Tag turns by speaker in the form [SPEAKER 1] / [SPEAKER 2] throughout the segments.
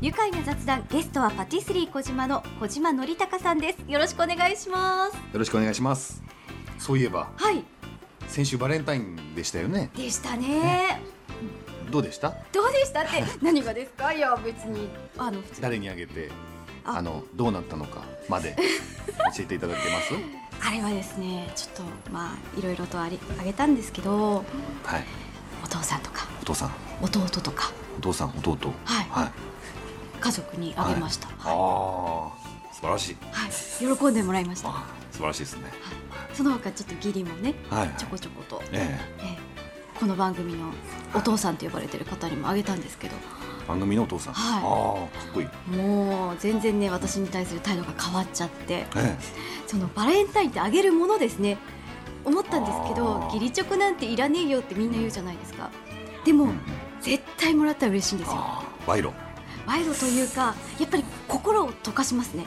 [SPEAKER 1] 愉快な雑談ゲストはパティスリー小島の小島則隆さんですよろしくお願いします
[SPEAKER 2] よろしくお願いします。そういえば
[SPEAKER 1] はい
[SPEAKER 2] 先週バレンタインでしたよね。
[SPEAKER 1] でしたね
[SPEAKER 2] どうでした？
[SPEAKER 1] どうでしたって 何がですかいや別にあの普通
[SPEAKER 2] 誰にあげて
[SPEAKER 1] あ
[SPEAKER 2] あのどうなったのか まで教えていただけます？
[SPEAKER 1] あれはですねちょっとまあいろいろとありあげたんですけど
[SPEAKER 2] はい。
[SPEAKER 1] お父さんとか
[SPEAKER 2] お父さん、
[SPEAKER 1] 弟とか
[SPEAKER 2] お父さん、弟。
[SPEAKER 1] はい
[SPEAKER 2] はい。
[SPEAKER 1] 家族にあげました、はい
[SPEAKER 2] ああ、素晴らしい。
[SPEAKER 1] 喜んでもらいました、は
[SPEAKER 2] あー素晴らしいですね。
[SPEAKER 1] い、その他ちょっと義理もね
[SPEAKER 2] はい、はい
[SPEAKER 1] ちょこちょこと、え
[SPEAKER 2] え
[SPEAKER 1] えこの番組のお父さんと呼ばれてる方にもあげたんですけど
[SPEAKER 2] え番組のお父さん。
[SPEAKER 1] はい
[SPEAKER 2] ああ、かっこいい。
[SPEAKER 1] もう全然ね私に対する態度が変わっちゃって
[SPEAKER 2] え
[SPEAKER 1] そのバレンタインってあげるものですね思ったんですけ
[SPEAKER 2] あ
[SPEAKER 1] ど
[SPEAKER 2] ー
[SPEAKER 1] 義理チョコなんていらねえよってみんな言うじゃないですかで
[SPEAKER 2] え
[SPEAKER 1] も、
[SPEAKER 2] うんうん
[SPEAKER 1] 絶対もらったら嬉しいんですよ
[SPEAKER 2] ああ、賄賂。
[SPEAKER 1] 賄賂というかやっぱり心を溶かしますね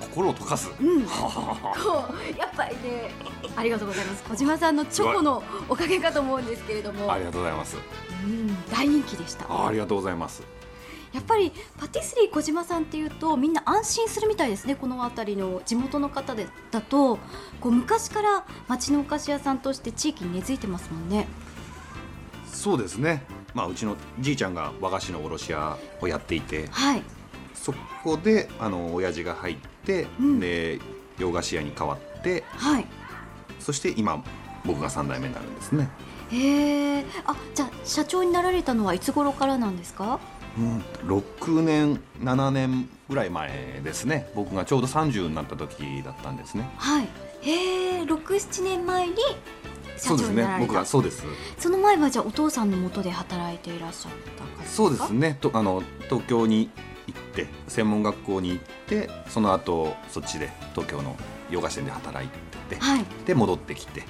[SPEAKER 2] 心を溶 かす。
[SPEAKER 1] うん
[SPEAKER 2] は
[SPEAKER 1] こうやっぱりねありがとうございます小島さんのチョコのおかげかと思うんですけれども
[SPEAKER 2] あありがとうございます。
[SPEAKER 1] うん大人気でした
[SPEAKER 2] あーありがとうございます。
[SPEAKER 1] やっぱりパティスリー小島さんっていうとみんな安心するみたいですねこの辺りの地元の方でだとこう昔から町のお菓子屋さんとして地域に根付いてますもんね
[SPEAKER 2] そうですね。まあうちのじいちゃんが和菓子の卸屋をやっていて、
[SPEAKER 1] はい
[SPEAKER 2] そこであの親父が入って、
[SPEAKER 1] うん
[SPEAKER 2] で洋菓子屋に変わって
[SPEAKER 1] はい
[SPEAKER 2] そして今僕が3代目になるんですね、
[SPEAKER 1] へえあじゃあ社長になられたのはいつ頃からなんですか
[SPEAKER 2] うん、6年7年ぐらい前ですね僕がちょうど30になった時だったんですね
[SPEAKER 1] はいへえ67年前に社
[SPEAKER 2] そうで
[SPEAKER 1] 長
[SPEAKER 2] す
[SPEAKER 1] にな
[SPEAKER 2] ね
[SPEAKER 1] られ
[SPEAKER 2] 僕
[SPEAKER 1] た
[SPEAKER 2] がそうです
[SPEAKER 1] その前はじゃあお父さんの元で働いていらっしゃった方ですか
[SPEAKER 2] そうですねとあの東京に行って専門学校に行ってその後そっちで東京の洋菓子店で働いてて
[SPEAKER 1] はい
[SPEAKER 2] で戻ってきて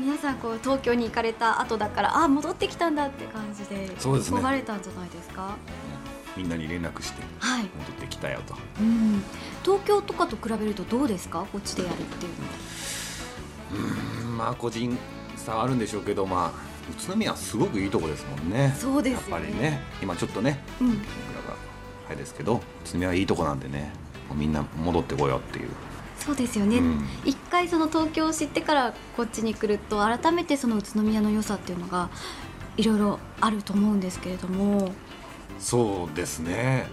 [SPEAKER 1] 皆さんこう東京に行かれた後だからあ戻ってきたんだって感じで
[SPEAKER 2] そうですね
[SPEAKER 1] 憧れたんじゃないですか
[SPEAKER 2] みんなに連絡して
[SPEAKER 1] はい、
[SPEAKER 2] 戻ってきたよと
[SPEAKER 1] うん、東京とかと比べるとどうですかこっちでやるっていうのは
[SPEAKER 2] うんまあ個人差はあるんでしょうけどまあ宇都宮はすごくいいとこですもんね
[SPEAKER 1] そうですよね
[SPEAKER 2] やっぱりね今ちょっとね
[SPEAKER 1] うん、
[SPEAKER 2] 僕らがあれですけど宇都宮はいいとこなんでねもうみんな戻ってこようっていう、
[SPEAKER 1] そうですよね、
[SPEAKER 2] うん
[SPEAKER 1] 一回その東京を知ってからこっちに来ると改めてその宇都宮の良さっていうのがいろいろあると思うんですけれども
[SPEAKER 2] そうですね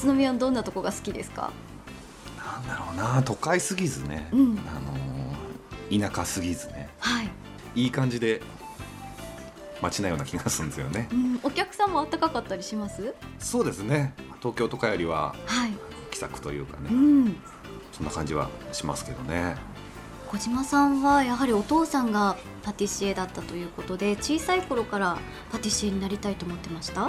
[SPEAKER 1] 宇都宮のどんなとこが好きですか
[SPEAKER 2] なんだろうな都会すぎずね、
[SPEAKER 1] うん
[SPEAKER 2] あのー田舎すぎずね
[SPEAKER 1] はい、
[SPEAKER 2] いい感じで街なような気がするんですよね
[SPEAKER 1] うん、お客さんもあったかかったりします
[SPEAKER 2] そうですね東京とかよりは
[SPEAKER 1] はい、
[SPEAKER 2] 気さくというか
[SPEAKER 1] う
[SPEAKER 2] ね
[SPEAKER 1] ん、
[SPEAKER 2] そんな感じはしますけどね
[SPEAKER 1] 小島さんはやはりお父さんがパティシエだったということで小さい頃からパティシエになりたいと思ってました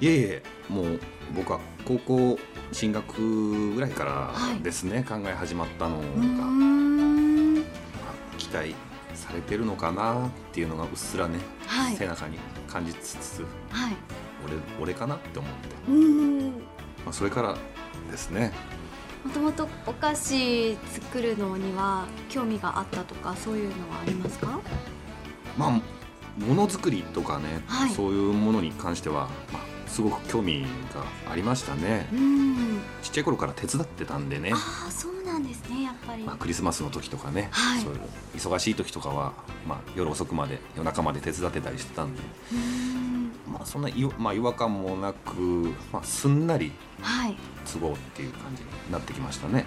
[SPEAKER 2] いえいえもう僕は高校進学ぐらいからですね、考え始まったの
[SPEAKER 1] うー
[SPEAKER 2] が
[SPEAKER 1] ん
[SPEAKER 2] 期待されてるのかなっていうのがうっすらね、
[SPEAKER 1] はい
[SPEAKER 2] 背中に感じつつ
[SPEAKER 1] はい
[SPEAKER 2] 俺俺かなって思って、
[SPEAKER 1] うーんも
[SPEAKER 2] まあ、それからですね
[SPEAKER 1] ともとお菓子作るのには興味があったとかそういうのはありますか
[SPEAKER 2] まあものづくりとかね、
[SPEAKER 1] はい
[SPEAKER 2] そういうものに関しては、まあ、すごく興味がありましたね
[SPEAKER 1] うーん
[SPEAKER 2] ちっちゃい頃から手伝ってたんでね
[SPEAKER 1] ああそうなんですねやっぱり、
[SPEAKER 2] まあ、クリスマスの時とかね、
[SPEAKER 1] はい
[SPEAKER 2] そういう忙しい時とかは、まあ、夜遅くまで夜中まで手伝ってたりしてたんで、
[SPEAKER 1] うーん
[SPEAKER 2] まあ、そんな違,、まあ、違和感もなく、まあ、すんなり
[SPEAKER 1] はいへ
[SPEAKER 2] 都合っていう感じになってきましたね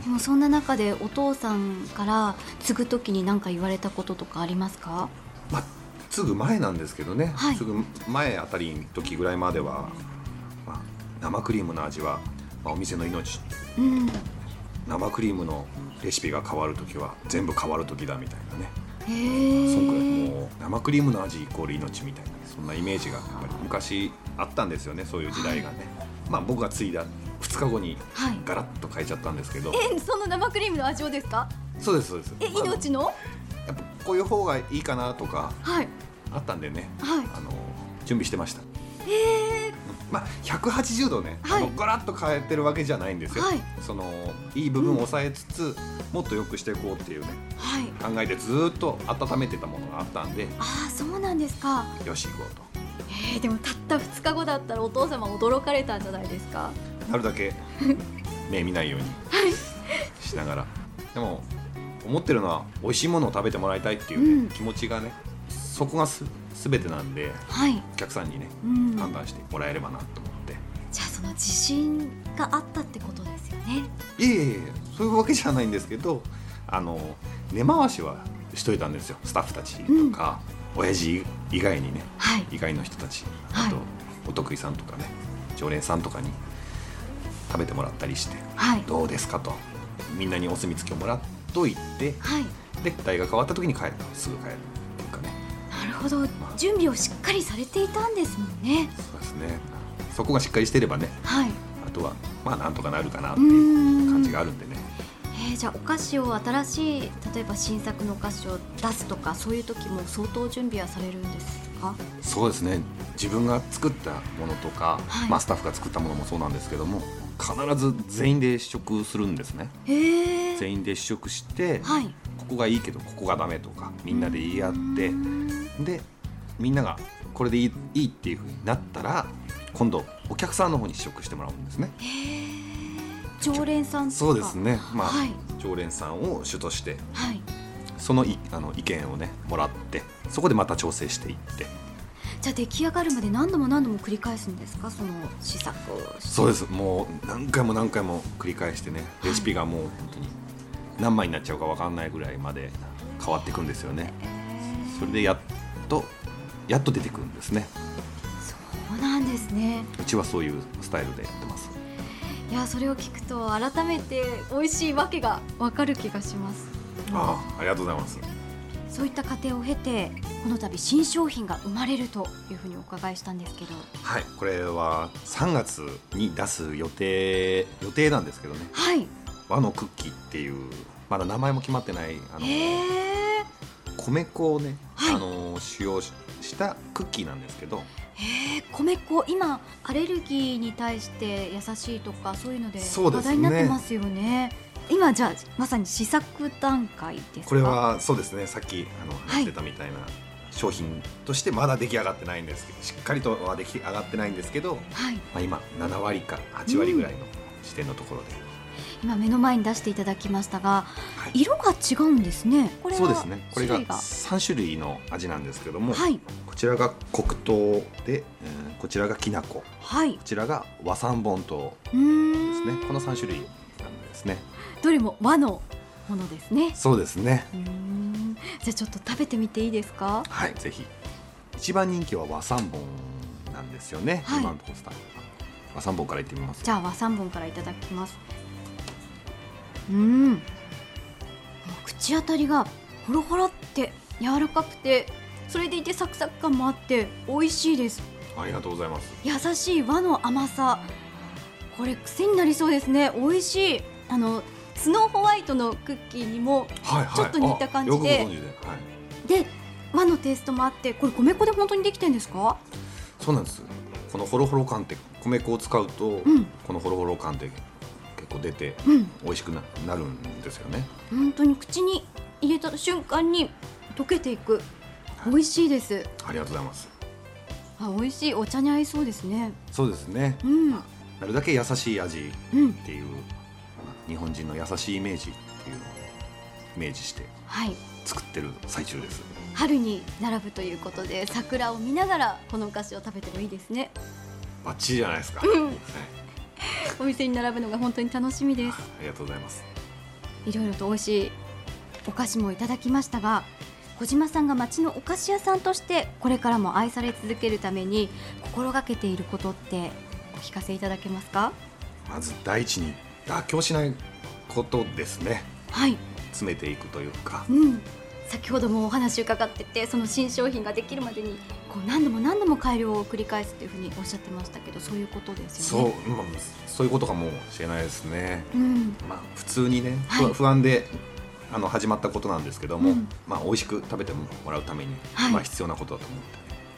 [SPEAKER 1] えでもそんな中でお父さんから継ぐ時に何か言われたこととかありますか
[SPEAKER 2] まあすぐ前なんですけどね、
[SPEAKER 1] はい
[SPEAKER 2] すぐ前あたりの時ぐらいまでは、まあ、生クリームの味は、まあ、お店の命
[SPEAKER 1] うん
[SPEAKER 2] 生クリームのレシピが変わる時は全部変わる時だみたいなね
[SPEAKER 1] へ
[SPEAKER 2] そんくらい
[SPEAKER 1] え
[SPEAKER 2] もう生クリームの味イコール命みたいなそんなイメージがやっぱり昔あったんですよねそういう時代がね、まあ僕が継いだ2日後に
[SPEAKER 1] はい
[SPEAKER 2] ガラッと変えちゃったんですけど、
[SPEAKER 1] えその生クリームの味をですか
[SPEAKER 2] そうですそうです
[SPEAKER 1] え
[SPEAKER 2] まあ
[SPEAKER 1] 命の
[SPEAKER 2] やっぱこういう方がいいかなとか
[SPEAKER 1] はい
[SPEAKER 2] あったんでね
[SPEAKER 1] はい
[SPEAKER 2] あの準備してました
[SPEAKER 1] え
[SPEAKER 2] まあ180度ね、
[SPEAKER 1] はい
[SPEAKER 2] あのガラッと変えてるわけじゃないんですよ、
[SPEAKER 1] はい
[SPEAKER 2] そのいい部分を抑えつつ、もっと良くしていこうっていうね
[SPEAKER 1] ー、はい
[SPEAKER 2] 考えてずーっと温めてたものがあったんで
[SPEAKER 1] ああそうなんですか
[SPEAKER 2] よし行こうと
[SPEAKER 1] えーでもたった2日後だったらお父様驚かれたんじゃないですか
[SPEAKER 2] なる だけ目見ないようにしながら、でも思ってるのは美味しいものを食べてもらいたいっていうね、
[SPEAKER 1] うん
[SPEAKER 2] 気持ちがねそこがす全てなんで
[SPEAKER 1] はい、
[SPEAKER 2] お客さんにね
[SPEAKER 1] うん、じゃ
[SPEAKER 2] 判断してもらえればなと思って、
[SPEAKER 1] あその自信があったってことですよね
[SPEAKER 2] いえいえいえそういうわけじゃないんですけどあの根回しはしといたんですよスタッフたちとか、親父以外にね
[SPEAKER 1] はい
[SPEAKER 2] 以外の人たち
[SPEAKER 1] はい
[SPEAKER 2] あと、お得意さんとかね常連さんとかに食べてもらったりして
[SPEAKER 1] はい
[SPEAKER 2] どうですかとみんなにお墨付きをもらっといて
[SPEAKER 1] はい
[SPEAKER 2] で代が変わった時に帰るすぐ帰るっていうかね
[SPEAKER 1] なるほど
[SPEAKER 2] あ
[SPEAKER 1] 準備をしっかりされていたんですもんね
[SPEAKER 2] そうですねそこがしっかりしてればね
[SPEAKER 1] はい
[SPEAKER 2] あとはまあなんとかなるかなって
[SPEAKER 1] う
[SPEAKER 2] いう
[SPEAKER 1] ーん
[SPEAKER 2] 感じがあるんでね、
[SPEAKER 1] えーじゃあお菓子を新しい例えば新作のお菓子を出すとかそういう時も相当準備はされるんですか
[SPEAKER 2] そうですね自分が作ったものとか、
[SPEAKER 1] はい
[SPEAKER 2] まあ、スタッフが作ったものもそうなんですけども必ず全員で試食するんですね
[SPEAKER 1] えー、
[SPEAKER 2] 全員で試食して、
[SPEAKER 1] はい
[SPEAKER 2] ここがいいけどここがダメとかみんなで言い合ってでみんながこれでいいいいっていうふうになったら今度お客さんの方に試食してもらうんですね
[SPEAKER 1] えー、常連さんとか
[SPEAKER 2] そうですねまあ、
[SPEAKER 1] はい
[SPEAKER 2] 常連さんを主として
[SPEAKER 1] はい
[SPEAKER 2] そのいあの意見をねもらってそこでまた調整していって
[SPEAKER 1] じゃあ出来上がるまで何度も何度も繰り返すんですかその試作をして
[SPEAKER 2] そうですもう何回も何回も繰り返してねレシピがもう本当に何枚になっちゃうか分かんないぐらいまで変わっていくんですよね
[SPEAKER 1] えー
[SPEAKER 2] それでやっとやっと出てくるんですね
[SPEAKER 1] そうなんですね
[SPEAKER 2] うちはそういうスタイルでやってます
[SPEAKER 1] いやそれを聞くと改めて美味しいわけがわかる気がします
[SPEAKER 2] ああありがとうございます
[SPEAKER 1] そういった過程を経てこの度新商品が生まれるというふうにお伺いしたんですけど
[SPEAKER 2] はいこれは3月に出す予定予定なんですけどね
[SPEAKER 1] はい
[SPEAKER 2] 和のクッキーっていうまだ名前も決まってないあの
[SPEAKER 1] へえ
[SPEAKER 2] 米粉をね、
[SPEAKER 1] はい
[SPEAKER 2] あの使用ししたクッキーなんですけど
[SPEAKER 1] へえ米粉今アレルギーに対して優しいとかそういうので
[SPEAKER 2] そうで
[SPEAKER 1] 話
[SPEAKER 2] すね
[SPEAKER 1] 題になってますよね今じゃあまさに試作段階ですか
[SPEAKER 2] これはそうですねさっきあの
[SPEAKER 1] い
[SPEAKER 2] 話してたみたいな、商品としてまだ出来上がってないんですけどしっかりとは出来上がってないんですけど、ま
[SPEAKER 1] はい
[SPEAKER 2] あ、今7割か8割ぐらいの視点のところで、
[SPEAKER 1] 今目の前に出していただきましたが
[SPEAKER 2] はい
[SPEAKER 1] 色が違うんですねこれは
[SPEAKER 2] そうですねこれが
[SPEAKER 1] 種類
[SPEAKER 2] 3種類の味なんですけども、
[SPEAKER 1] はい
[SPEAKER 2] こちらが黒糖で、えーこちらがきな粉こ
[SPEAKER 1] はい
[SPEAKER 2] ちらが和三本糖
[SPEAKER 1] うーん
[SPEAKER 2] ですねこの3種類なんですね
[SPEAKER 1] どれも和のものですね
[SPEAKER 2] そうですね
[SPEAKER 1] うーんじゃあちょっと食べてみていいですか
[SPEAKER 2] はいぜひ一番人気は和三本なんですよね、
[SPEAKER 1] はい
[SPEAKER 2] 今のところスタッフは和三本からいってみます
[SPEAKER 1] じゃあ和三本からいただきますうーんもう口当たりがほろほろって柔らかくてそれでいてサクサク感もあって美味しいです
[SPEAKER 2] ありがとうございます
[SPEAKER 1] 優しい和の甘さこれ癖になりそうですね美味しいあのスノーホワイトのクッキーにも
[SPEAKER 2] はい
[SPEAKER 1] ちょっと似た感じで
[SPEAKER 2] あよくご存知で、はい、
[SPEAKER 1] で和のテイストもあってこれ米粉で本当にできてるんですか
[SPEAKER 2] そうなんですこのホロホロ感って米粉を使うと、
[SPEAKER 1] うん
[SPEAKER 2] このホロホロ感って結構出て
[SPEAKER 1] うん
[SPEAKER 2] 美味しくななるんですよね
[SPEAKER 1] 本当に口に入れた瞬間に溶けていく美味しいです
[SPEAKER 2] ありがとうございます
[SPEAKER 1] あ美味しいお茶に合いそうですね
[SPEAKER 2] そうですね
[SPEAKER 1] うんうん
[SPEAKER 2] なるだけ優しい味っていう日本人の優しいイメージっていうのをイメージして
[SPEAKER 1] はい
[SPEAKER 2] 作ってる最中です
[SPEAKER 1] 春に並ぶということで桜を見ながらこのお菓子を食べてもいいですね
[SPEAKER 2] バッチリじゃないですか、
[SPEAKER 1] うん
[SPEAKER 2] はい、
[SPEAKER 1] お店に並ぶのが本当に楽しみです
[SPEAKER 2] ありがとうございます
[SPEAKER 1] いろいろと美味しいお菓子もいただきましたが小島さんが町のお菓子屋さんとしてこれからも愛され続けるために心がけていることってお聞かせいただけますか
[SPEAKER 2] まず第一に妥協しないことですね
[SPEAKER 1] はい
[SPEAKER 2] 詰めていくというか
[SPEAKER 1] うん、先ほどもお話伺っててその新商品ができるまでにこう何度も何度も改良を繰り返すというふうにおっしゃってましたけどそういうことですよ
[SPEAKER 2] そう
[SPEAKER 1] ね。、
[SPEAKER 2] まあ、そういうことかもしれないですね。
[SPEAKER 1] うん
[SPEAKER 2] まあ、普通にね、ふ
[SPEAKER 1] はい
[SPEAKER 2] 不安で、あの始まったことなんですけども、
[SPEAKER 1] うん
[SPEAKER 2] まあ、美味しく食べてもらうために、
[SPEAKER 1] はい
[SPEAKER 2] まあ、必要なことだと思って、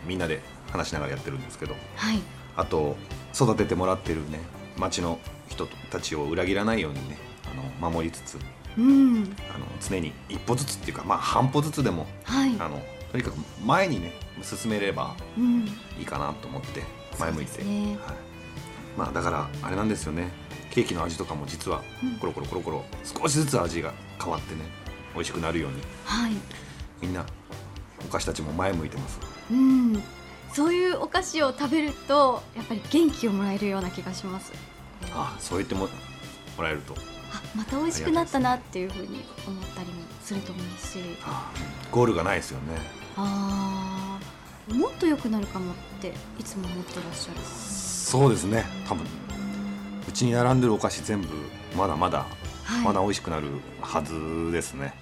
[SPEAKER 2] みんなで話しながらやってるんですけど。
[SPEAKER 1] はい、
[SPEAKER 2] あと、育ててもらってるね、町の人たちを裏切らないようにね、あの守りつつ。
[SPEAKER 1] うん
[SPEAKER 2] あの常に一歩ずつっていうか、まあ、半歩ずつでも、
[SPEAKER 1] はい、
[SPEAKER 2] あのとにかく前にね進めれば
[SPEAKER 1] うん、
[SPEAKER 2] いいかなと思って前向いて、
[SPEAKER 1] そうですね
[SPEAKER 2] はい、まあだからあれなんですよねケーキの味とかも実は
[SPEAKER 1] うん
[SPEAKER 2] コロコロコロコロ少しずつ味が変わってね美味しくなるように
[SPEAKER 1] はい、
[SPEAKER 2] みんなお菓子たちも前向いてます
[SPEAKER 1] うん、そういうお菓子を食べるとやっぱり元気をもらえるような気がします。
[SPEAKER 2] あそう言ってももらえると
[SPEAKER 1] あ、また美味しくなったなっていうふうに思ったりもすると思うし、
[SPEAKER 2] あゴールがないですよね
[SPEAKER 1] ああ、もっと良くなるかもっていつも思ってらっしゃる。
[SPEAKER 2] そうですね多分うちに並んでるお菓子全部まだまだ、
[SPEAKER 1] はい、
[SPEAKER 2] まだ美味しくなるはずですね